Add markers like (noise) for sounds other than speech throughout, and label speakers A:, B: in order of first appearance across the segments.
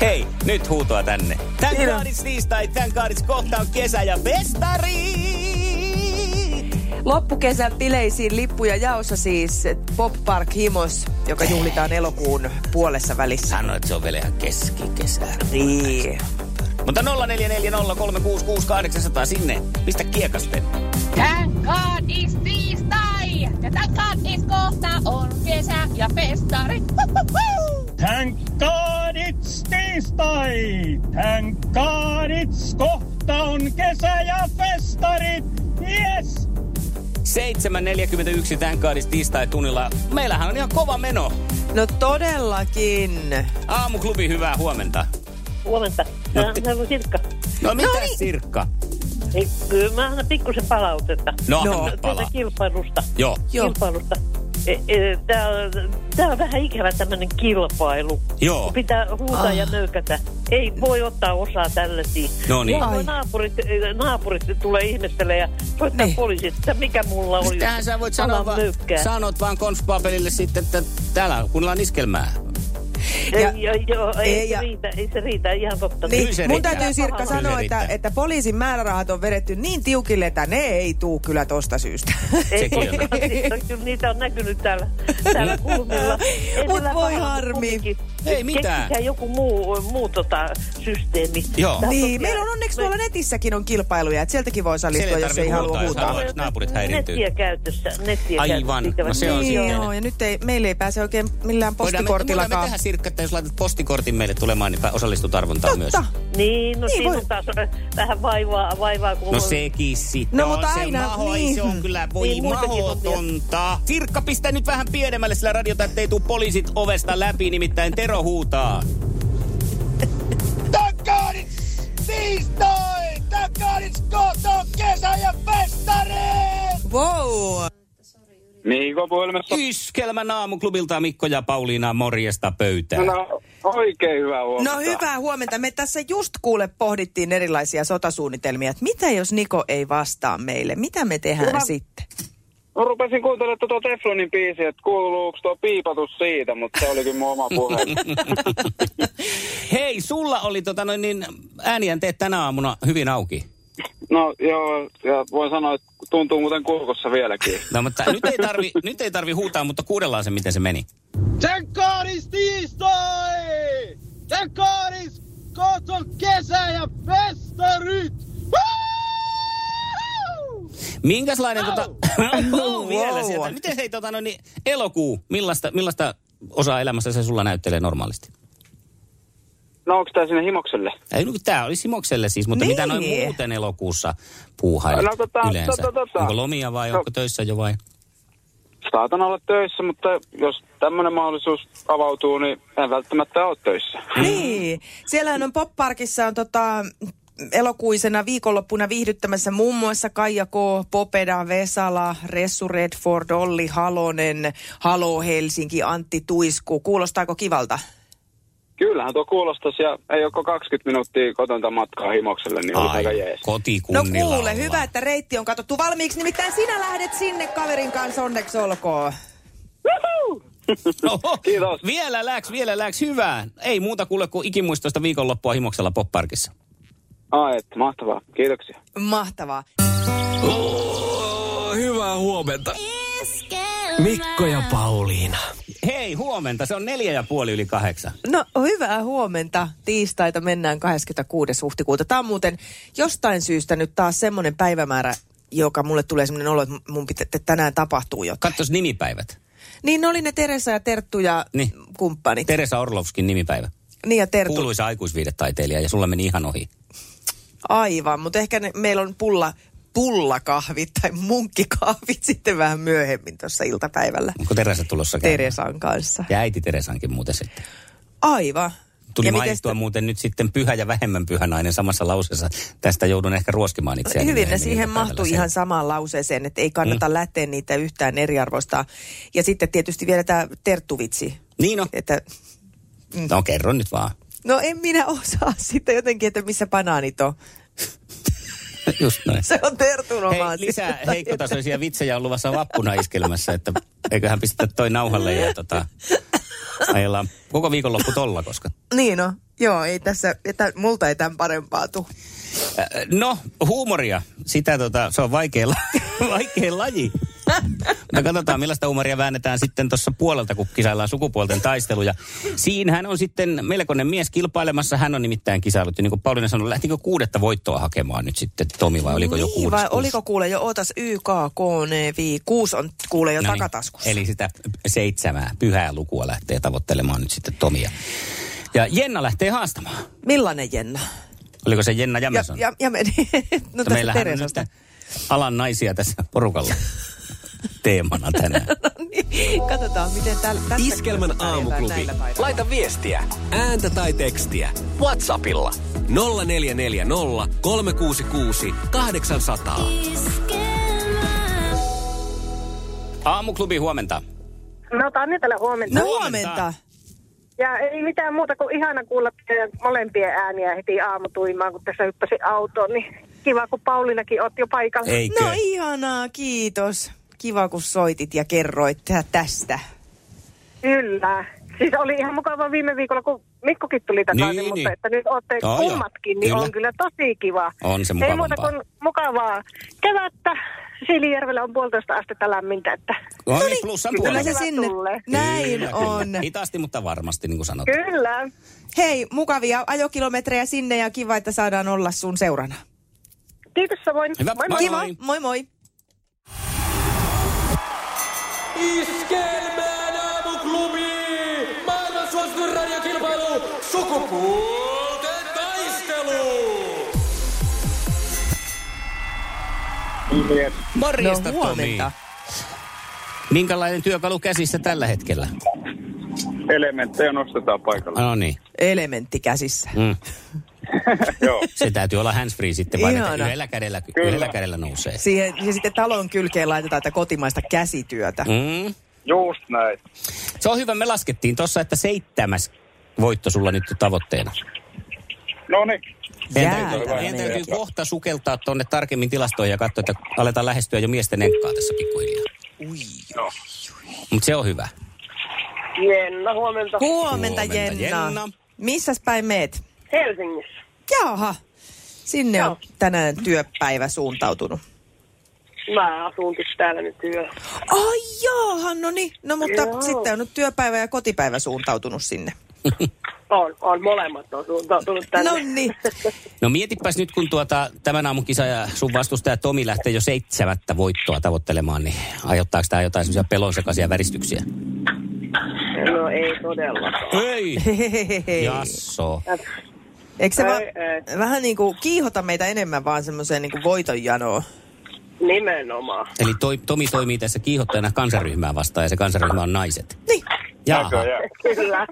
A: Hei, nyt huutoa tänne. Tän kaadits tiistai, tän kaadits kohta on kesä ja festari.
B: Loppukesän bileisiin lippuja jaossa siis Pop Park Himos, joka juhlitaan elokuun puolessa välissä.
A: Sano, että se on vielä ihan keskikesä.
B: Niin.
A: Mutta 0440366800 sinne. Pistä kiekasten.
C: Tän kaadis tiistai! Ja tän kaadis kohta on kesä ja festari.
D: Thank God it's tiistai! Thank God it's kohta on kesä ja festarit! Yes!
A: 7.41 tän kaadits tiistai tunnilla. Meillähän on ihan kova meno.
B: No todellakin.
A: Aamuklubi, hyvää huomenta.
E: Huomenta.
A: No,
E: No,
A: te-
E: se on Sirkka.
A: No mitä
B: niin.
A: Sirkka?
E: Ei, Kyllä mä annan pikkusen palautetta.
A: No,
B: No.
A: anna
E: Tästä
A: palaa.
E: kilpailusta.
A: Joo.
B: Joo.
E: Kilpailusta. E, e, Tää on, tää on vähän ikävä tämmönen kilpailu.
A: Joo.
E: Kun Pitää huutaa ja
B: Ah.
E: nöykätä. Ei voi ottaa osaa tällaisiin.
A: No niin.
E: Joo,
B: Ai.
E: Naapurit, e, naapurit tulee ihmettelee ja soittaa
B: Niin.
E: niin. poliisit, että mikä mulla oli.
A: Tähän sä voit sanoa
E: Alan
A: vaan,
E: möykkää.
A: sanot vaan konfpapelille sitten, että täällä kuunnellaan iskelmää.
E: Ei,
B: Ja-
E: joo, joo, ei,
B: ei,
E: ei,
B: ja-
E: se riitä, ei se riitä, ihan totta.
A: No Kyllä
B: Niin,
A: se
B: mun
A: riittää.
B: täytyy Sirkka
E: Kyllä
B: sanoa,
A: se
B: että,
A: riittää.
B: että poliisin määrärahat on vedetty niin tiukille, että ne ei tuu kyllä tosta syystä.
E: Ei,
A: Sekin on.
E: (laughs) siis, kyllä niitä on näkynyt täällä,
A: (laughs)
E: täällä kulmilla. Ei
B: Mut
E: sillä
B: voi
E: pahalla, mut
B: harmi.
E: kumminkin.
A: Ei mitään.
E: Keksikää joku muu, muu tota, systeemi.
A: Joo.
E: Tää
B: Niin,
E: tosiaan-
B: meillä on onneksi
E: me-
B: tuolla netissäkin on kilpailuja, että sieltäkin voi osallistua,
A: Siellä ei
B: jos ei
A: tarvitse
B: halua
A: huutaa, jos
B: huutaa.
A: haluaa. että naapurit häiriintyy.
E: Nettiä käytössä. Nettiä
A: Aivan.
E: käytössä,
A: No se on
E: ikävä.
B: Niin
A: sitten.
B: joo, ja nyt ei, meillä ei pääse oikein millään
A: Voidaan me, voidaan me
B: postikortillakaan.
A: tehdä Sirkka, että jos laitat postikortin meille tulemaan, niin pä- osallistut arvontaan myös.
B: Totta.
E: Niin, no
B: Niin
E: niin, siinä
B: voi-
E: on taas vähän vaivaa, vaivaa kun
A: No sekin sitten.
B: No,
A: on
B: mutta
A: se
B: aina,
A: maho,
B: niin.
A: Se on kyllä voi niin,
E: Niin, muitakin
A: mahdotonta. Sirkka, pistä nyt vähän pienemmälle sillä radiota, ettei tuu poliisit ovesta läpi, nimittäin Tero huutaa.
D: Takkaadits tiistai! Takkaadits kohta on kesä ja festarit!
B: Wow.
F: Miiko puhelimessa?
A: Yskelmän aamuklubilta Mikko ja Pauliina morjesta pöytään.
F: No, oikein hyvä huomenta.
B: No hyvää huomenta. Me tässä just kuule pohdittiin erilaisia sotasuunnitelmia, että mitä jos Niko ei vastaa meille? Mitä me tehdään
F: Hyvä.
B: sitten?
F: No rupesin kuuntelemaan tuota Teflonin biisiä, että kuuluuko tuo piipatus siitä, mutta se olikin mun oma puhe.
A: Hei, sulla oli tota noin niin äänijänteet tänä aamuna hyvin auki.
F: No joo, ja voin sanoa, että tuntuu muuten kurkussa vieläkin.
A: No mutta nyt ei tarvi, nyt ei tarvi huutaa, mutta kuudellaan se, miten se meni.
D: Tän kaadis tiistai! Tän kaadis kohta on kesä ja festarit! Woo!
A: Minkäslainen tota... Au, vielä
B: Wow.
A: sieltä. Miten hei tota noin niin, elokuu, millaista, millaista osaa elämässä se sulla näyttelee normaalisti?
F: No onks tää sinne himokselle?
A: Ei, no, tämä oli Simokselle siis, mutta
B: Niin.
A: mitä noin muuten elokuussa puuhailet
F: No, tota,
A: yleensä?
F: tota, tota.
A: Onko lomia vai
F: No.
A: onko töissä jo vai?
F: Saatan olla töissä, mutta jos tämmönen mahdollisuus avautuu, niin en välttämättä ole töissä.
B: Niin, siellähän on Popparkissa on tota, elokuisena viikonloppuna viihdyttämässä muun muassa Kaija K, Popeda, Vesala, Ressu Redford, Olli Halonen, Halo Helsinki, Antti Tuisku. Kuulostaako kivalta?
F: Kyllähän tuo kuulostas ja ei ole 20 minuuttia kotonta matkaa himokselle, niin olisi aika jees.
B: No
A: kotikunnilla
B: kuule,
A: ollaan.
B: hyvä, että reitti on katsottu valmiiksi. Nimittäin sinä lähdet sinne kaverin kanssa, onneksi olkoon.
A: (laughs) Oho,
F: Kiitos.
A: Vielä läks, vielä läks, hyvää. Ei muuta kuule kuin ikimuistoista viikonloppua Himoksella Popparkissa.
F: Ai, että mahtavaa. Kiitoksia.
B: Mahtavaa.
G: Hyvää huomenta. Mikko ja Pauliina.
A: Hei, huomenta. Se on neljä ja puoli yli kahdeksan.
B: No hyvää huomenta. Tiistaita mennään 26. huhtikuuta. Tämä on muuten jostain syystä nyt taas semmoinen päivämäärä, joka mulle tulee semmoinen olo, että mun pitää, että tänään tapahtuu jotain.
A: Katsos nimipäivät.
B: Niin ne oli ne Teresa ja Terttu ja
A: Niin.
B: niin. kumppanit. Ter-
A: Teresa Orlovskin nimipäivä.
B: niin ja Terttu. Kuului.
A: Kuuluisa aikuisviidetaiteilija ja sulla meni ihan ohi.
B: Aivan, mutta ehkä ne, meillä on pulla, pullakahvit tai munkkikahvit (laughs) sitten vähän myöhemmin tuossa iltapäivällä.
A: Onko Teresa tulossa käymään?
B: Teresan kanssa.
A: Ja äiti Teresankin muuten sitten.
B: Aivan.
A: Tuli
B: Ja
A: ja
B: miten
A: mainittua
B: sitä-
A: muuten nyt sitten pyhä ja vähemmän pyhä nainen samassa lauseessa. Tästä joudun ehkä ruoskimaan itseäni.
B: Hyvin ne
A: myöhemmin
B: siihen
A: iltapäivällä
B: mahtuu
A: sen.
B: ihan samaan lauseeseen, että ei kannata mm. lähteä niitä yhtään eriarvoistaa. Ja sitten tietysti vielä tämä terttuvitsi.
A: Niin no,
B: Että,
A: no kerro nyt vaan.
B: no en minä osaa (laughs) sitä jotenkin, että missä banaanit on.
A: Just näin.
B: Se on tertun
A: Hei,
B: omaa
A: lisää
B: syytä.
A: heikkotasoisia vitsejä on luvassa vappuna iskelmässä, että eiköhän pistetä toi nauhalle ja tota, ajellaan koko viikonloppu tolla, koska
B: Niin no, Joo, ei tässä, etä, multa ei tämän parempaa tuu.
A: Äh, No, huumoria. Sitä tota, se on vaikea, la- (laughs) vaikea laji. Me katsotaan, millaista huumoria väännetään sitten tuossa puolelta, kun kisaillaan sukupuolten taisteluja. Siinähän on sitten melkoinen mies kilpailemassa. Hän on nimittäin kisailut. Ja niin kuin Pauliina sanoi, lähtikö kuudetta voittoa hakemaan nyt sitten Tomi vai oliko jo
B: niin,
A: kuudes?
B: vai
A: kuusi?
B: oliko kuule jo, ootas YKKNV, kuusi on kuule jo
A: No niin.
B: takataskussa.
A: Eli sitä seitsemää pyhää lukua lähtee tavoittelemaan nyt sitten Tomia. Ja Jenna lähtee haastamaan.
B: Millainen Jenna?
A: Oliko se Jenna
B: Ja,
A: Jämson?
B: ja, ja meni. (laughs) no
A: Mutta
B: tästä
A: meillähän on nyt
B: Teresasta.
A: alan naisia tässä porukalla teemana tänään.
B: Niin, Katsotaan, miten tällä... tästä
G: Iskelmän
B: pärjätään
G: aamuklubi.
B: näillä taidoilla.
G: Laita viestiä, ääntä tai tekstiä. Whatsappilla 0440 366 800.
A: Aamuklubi huomenta.
H: No Tanni täällä huomenta.
B: No
A: Huomenta.
B: huomenta.
H: Ja ei mitään muuta kuin ihana kuulla teidän molempien ääniä heti aamutuimaan, kun tässä hyppäsin autoon. Niin kiva, kun Paulinakin oot jo paikalla.
A: Eikö?
B: No ihanaa, kiitos. Kiva, kun soitit ja kerroit tä- tästä.
H: Kyllä. Siis oli ihan mukava viime viikolla, kun Mikkokin tuli takaisin,
A: Niin,
H: mutta
A: niin.
H: että nyt olette
A: Joo, joo.
H: kummatkin, niin
A: Kyllä.
H: on kyllä tosi kiva.
A: On se No
H: Ei muuta
A: mukavampaa.
H: kuin mukavaa kevättä. Siilijärvellä on puolitoista astetta lämmintä, että
A: No niin, plussan
B: Kyllä
A: puolella.
B: se
H: Hyvä
B: sinne.
H: tulee.
B: Näin
A: Kyllä, kyllä.
B: on.
A: Hitaasti, mutta varmasti, niin kuin sanot.
H: kyllä.
B: Hei, mukavia ajokilometrejä sinne ja kiva, että saadaan olla sun seurana.
H: Kiitos samoin.
A: Hyvä, moi.
B: Kiva, moi moi.
G: Iskelmään aamuklubi! Maailman suosituin radiokilpailu! Sukupuolten taistelu!
F: Niin,
A: Morjesta,
B: no huomenta.
A: Tomi. Minkälainen työkalu käsissä tällä hetkellä?
F: Elementtejä nostetaan paikalle.
A: No niin.
B: Elementti käsissä.
A: Mm.
F: Joo.
A: Se täytyy olla handsfree sitten, vaan että
B: Ihana.
A: yhdellä kädellä,
F: Kyllä.
A: yhdellä kädellä nousee.
B: Siihen, ja sitten talon kylkeen laitetaan tätä kotimaista käsityötä.
A: Mm.
F: Just näin.
A: Se on hyvä, me laskettiin tuossa, että seitsemäs voitto sulla nyt tavoitteena.
F: No niin.
A: Meidän
B: Jäätävä
A: täytyy, meidän
B: meininki.
A: täytyy kohta sukeltaa tuonne tarkemmin tilastoihin ja katsoa, että aletaan lähestyä jo miesten enkkaa tässä pikkuhiljaa.
F: Joo.
A: Mutta se on hyvä.
E: Jenna, huomenta
B: Huomenta,
A: Huomenta,
B: Jenna.
A: Jenna.
B: Missäs päin meet?
E: Helsingissä.
B: Jaha, sinne on tänään työpäivä suuntautunut.
E: Mä asun täällä nyt yöllä.
B: Ai jaaha, no niin. No mutta
E: Joo.
B: sitten on nyt työpäivä ja kotipäivä suuntautunut sinne.
E: On, on molemmat on tullut tänne.
B: No niin. (laughs)
A: No mietipäs nyt, kun tuota, tämän aamun kisa ja sun vastustaja Tomi lähtee jo seitsemättä voittoa tavoittelemaan, niin aiheuttaako tämä jotain semmoisia pelonsekaisia väristyksiä?
H: niin.
E: No ei todella.
A: Ei!
B: Hehehehe.
A: Jasso.
B: Eikö se
E: Ei,
B: vaan
E: ei.
B: vähän niin kuin kiihota meitä enemmän vaan semmoiseen niin kuin voitonjanoon?
E: Nimenomaan.
A: Eli toi, Tomi toimii tässä kiihottajana kansaryhmää vastaan ja se kansaryhmä on naiset.
B: Niin.
A: Jaaha.
F: Näköjään.
E: Kyllä.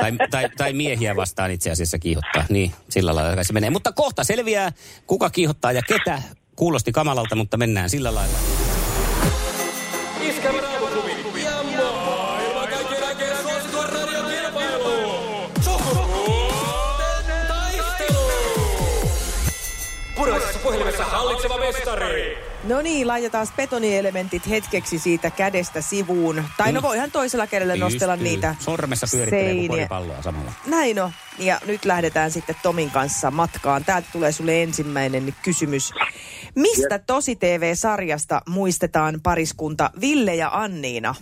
A: Tai, tai, tai miehiä vastaan itse asiassa kiihottaa. Niin, sillä lailla kai se menee. Mutta kohta selviää, kuka kiihottaa ja ketä. Kuulosti kamalalta, mutta mennään sillä lailla.
G: Iskelmän aamuklubi! Ja maailman kaikkien aikeen suosituin radiokilpailu! Sukupuolten taistelu! Puraisessa puhelimessa hallitseva mestari!
B: No niin, laitetaan betonielementit hetkeksi siitä kädestä sivuun. Tai no voihan toisella kädellä nostella
A: Mm. Pystyy.
B: niitä
A: Sormessa pyörittelee kuin
B: seiniä.
A: koripalloa samalla.
B: Näin on. Ja nyt lähdetään sitten Tomin kanssa matkaan. Täältä tulee sulle ensimmäinen kysymys. Mistä Tosi TV-sarjasta muistetaan pariskunta Ville ja Anniina?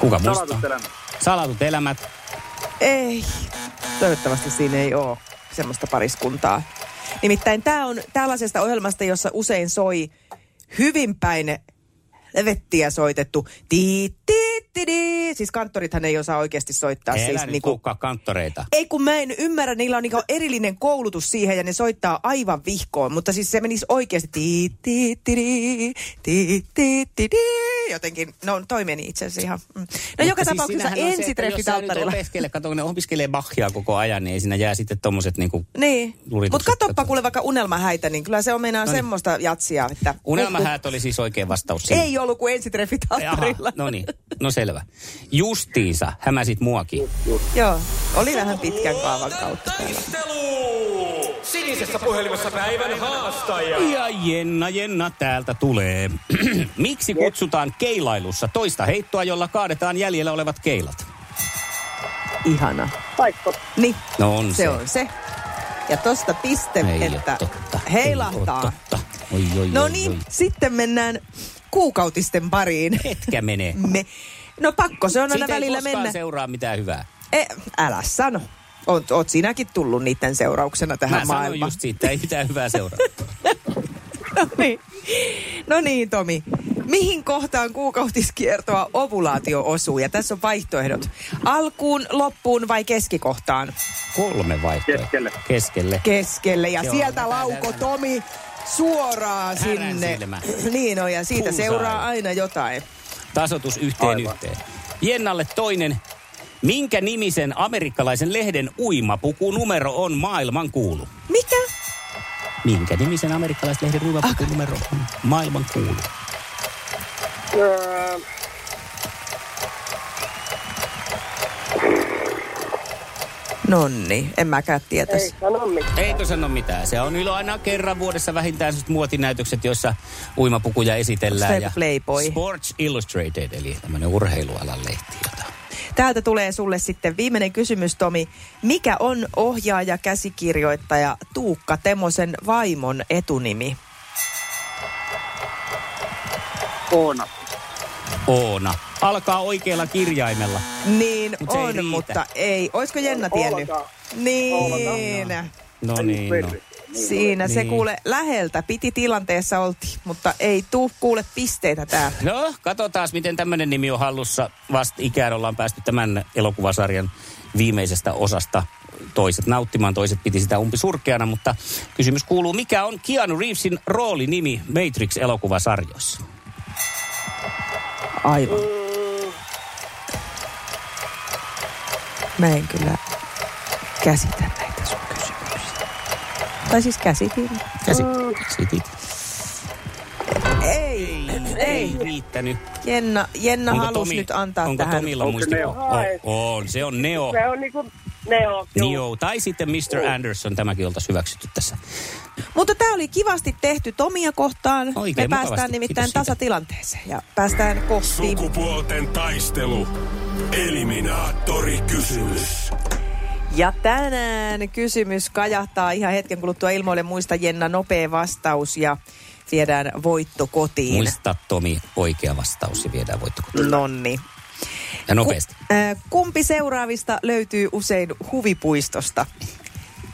A: Kuka muistaa?
F: Salatut elämät.
A: Salatut elämät.
B: Ei. Toivottavasti siinä ei ole semmoista pariskuntaa. Nimittäin tämä on tällaisesta ohjelmasta, jossa usein soi hyvin päin levettiä soitettu. Tii, tii, tii, tii. Siis kanttorithan ei osaa oikeasti soittaa.
A: Älä
B: siis
A: nyt
B: niinku-
A: niinku... kanttoreita.
B: Ei kun mä en ymmärrä, niillä on niinku erillinen koulutus siihen ja ne soittaa aivan vihkoon, mutta siis se menisi oikeasti tii, tii, tii, tii, tii, tii, tii, jotenkin. No toi meni itse asiassa ihan. Mm. No joka
A: siis
B: tapauksessa
A: siinähän on se, että
B: ensitreffit
A: Jos sä nyt
B: alttarilla.
A: opiskele, kato, kun ne opiskelee Bachia koko ajan, niin ei siinä jää sitten tommoset niinku...
B: Niin,
A: Luritukset
B: mutta katsoppa
A: katsotaan.
B: kuule vaikka unelmahäitä, niin kyllä se on meinaa
A: Noniin.
B: semmoista jatsia, että...
A: Unelmähäät oli siis oikein vastaus
B: Uhuh.
A: siihen.
B: Ei ollut kuin ensitreffit alttarilla.
A: no niin, no selvä. Justiinsa, hämäsit muakin.
B: Joo, oli vähän pitkän kaavan kautta. täällä.
G: Taistelu! Sinisessä puhelimessa päivän haastaja!
A: Ja Jenna, Jenna täältä tulee. (clears throat) Miksi kutsutaan keilailussa toista heittoa, jolla kaadetaan jäljellä olevat keilat?
B: ihana.
H: Paikko.
B: Niin,
A: No on
B: se,
A: se.
B: on se. Ja tosta piste,
A: Ei oo
B: että
A: totta. Ei
B: heilahtaa.
A: oo totta. Oi, oi,
B: No
A: oi,
B: niin,
A: oi.
B: sitten mennään kuukautisten pariin.
A: Hetkä menee.
B: Me. No pakko se on aina
A: Siitä ei
B: välillä
A: koskaan
B: mennä.
A: seuraa mitään hyvää.
B: E, älä sano. Oot, oot sinäkin tullut niiden seurauksena
A: Mä
B: tähän
A: sanoin
B: maailmaan.
A: just siitä, ei mitään hyvää seuraa.
B: (laughs) No niin. No niin, Tomi. Mihin kohtaan kuukautiskiertoa ovulaatio osuu? Ja tässä on vaihtoehdot. Alkuun, loppuun vai keskikohtaan?
A: Kolme vaihtoehtoa.
F: Keskelle.
A: Keskelle.
B: Keskelle. Ja
A: Joo,
B: sieltä
A: älä,
B: lauko
A: älä.
B: Tomi suoraan
A: Härän
B: sinne.
A: silmä.
B: Niin on, ja siitä
A: Puusaa.
B: seuraa aina jotain.
A: Tasotus yhteen
F: Aivan.
A: yhteen. Jennalle toinen. Minkä nimisen amerikkalaisen lehden uimapukunumero on maailman kuulu?
B: Mikä?
A: Minkä nimisen amerikkalaisen lehden uimapukunumero on maailman kuulu?
H: Öö,
B: Nonni, en mäkään tietäisi.
H: ei sano mitään.
A: Eikö sano mitään? Se on ilo aina kerran vuodessa vähintään sellaiset muotinäytökset, joissa uimapukuja esitellään.
B: Onko se Playboy?
A: Sports Illustrated, eli tämmöinen urheilualan lehti, jota
B: Täältä tulee sulle sitten viimeinen kysymys, Tomi. Mikä on ohjaaja, käsikirjoittaja Tuukka Temosen vaimon etunimi?
F: Oona.
A: Oona. Alkaa oikealla kirjaimella.
B: Niin
A: Mut se ei
B: on,
A: riitä.
B: mutta ei. Oisko Jenna tiennyt?
F: Oulakaan.
B: Niin.
F: Oulakaan.
A: No niin, no.
B: Siinä se
A: Niin.
B: kuule läheltä piti tilanteessa oltiin, mutta ei tuu kuule pisteitä täältä.
A: (laughs) No, katsotaan, miten tämmöinen nimi on hallussa. Vasta ikään ollaan päästy tämän elokuvasarjan viimeisestä osasta toiset nauttimaan, toiset piti sitä umpi surkeana, mutta kysymys kuuluu, mikä on Keanu Reevesin roolinimi Matrix-elokuvasarjoissa?
B: Aivan. Mä en kyllä käsitä näitä sun kysymyksiä. Tai siis käsitin.
A: Käsi. Sitit.
B: Ei,
A: Ei riittänyt.
B: Jenna, Jenna
A: Onko
B: halusi nyt antaa
A: onko
B: tähän.
A: Tomilla muistiko? On, on, se on Neo.
H: Se on niinku neo.
A: Neo. Tai sitten Mr. Anderson, tämäkin oltaisiin hyväksytty tässä.
B: Mutta tämä oli kivasti tehty Tomia kohtaan.
A: Oikein
B: Me
A: mukavasti.
B: päästään nimittäin
A: Kiitos siitä.
B: tasatilanteeseen ja päästään kohti.
I: Sukupuolten taistelu. Eliminaattori kysymys.
B: Ja tänään kysymys kajahtaa ihan hetken kuluttua ilmoille. Muista Jenna nopea vastaus ja viedään voitto kotiin.
A: Muista Tomi, oikea vastaus ja viedään voittokunta.
B: Nonni.
A: Ja nopeasti.
B: Ku, äh, kumpi seuraavista löytyy usein huvipuistosta?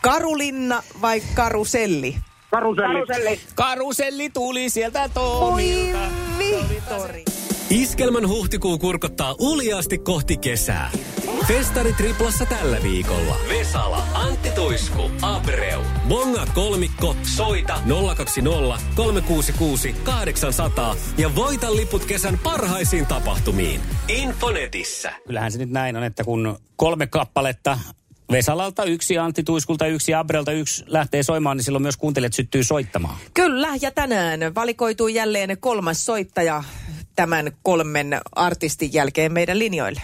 B: Karulinna vai karuselli?
H: Karuselli.
A: Karuselli tuli sieltä
B: Oi
A: Tomilta.
B: Vihtori.
J: Iskelmän huhtikuu kurkottaa uljaasti kohti kesää. Festari Triplassa tällä viikolla. Vesala, Antti Tuisku, Abreu. Bonga kolmikko, soita 020 366 800 ja voita liput kesän parhaisiin tapahtumiin. Infonetissä.
A: Kyllähän se nyt näin on, että kun kolme kappaletta Vesalalta yksi, Antti Tuiskulta yksi, Abrelta yksi lähtee soimaan, niin silloin myös kuuntelijat syttyy soittamaan.
B: Kyllä, ja tänään valikoituu jälleen kolmas soittaja tämän kolmen artistin jälkeen meidän linjoille.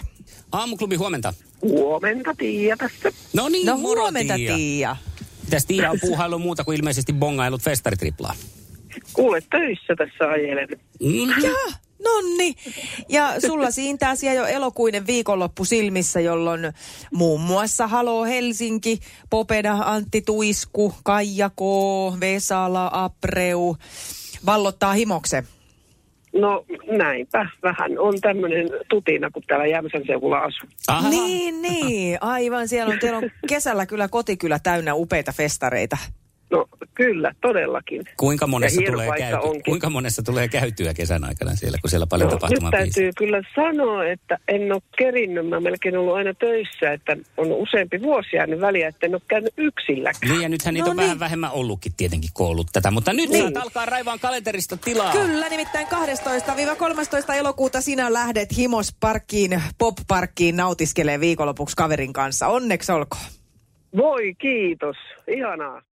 A: Aamuklubi huomenta.
H: Huomenta Tiia tässä.
A: No niin,
B: No
A: moro,
B: huomenta, Tiia.
A: Mitäs Tiia on puuhailu muuta kuin ilmeisesti bongailut festaritriplaa?
H: Kuule töissä tässä ajelen.
A: Mm-hmm.
B: Jaha, nonni. Ja sulla siintää siellä jo elokuinen viikonloppu silmissä, jolloin muun muassa Halo Helsinki, Popeda, Antti Tuisku, Kaija K, Vesala, Apreu vallottaa himoksen.
H: No näinpä. Vähän on tämmöinen tutina, kun täällä Jämsän seudulla asuu.
A: Aha.
B: Niin, niin. Aivan, siellä on, teillä on kesällä kyllä kotikylä täynnä upeita festareita.
H: No kyllä, todellakin.
A: Kuinka monessa,
H: Ja hieno
A: tulee
H: paikka
A: käyty,
H: onkin. No,
A: kuinka monessa tulee käytyä kesän aikana siellä, kun siellä paljon
H: nyt
A: tapahtumaa
H: täytyy kyllä sanoa, että en ole kerinnyt. Mä melkein ollut aina töissä, että on useampi vuosi jäänyt väliä, että en ole käynyt yksilläkään.
A: Niin ja nythän niitä
B: No
A: on
B: niin.
A: vähän vähemmän ollutkin tietenkin koulut tätä, mutta nyt niin. saat alkaa raivaan kalenterista tilaa.
B: Kyllä, nimittäin 12-13 elokuuta sinä lähdet himosparkkiin, popparkkiin
A: Mm.
B: nautiskelee viikonlopuksi kaverin kanssa. Onneksi olkoon.
H: Voi kiitos, ihanaa.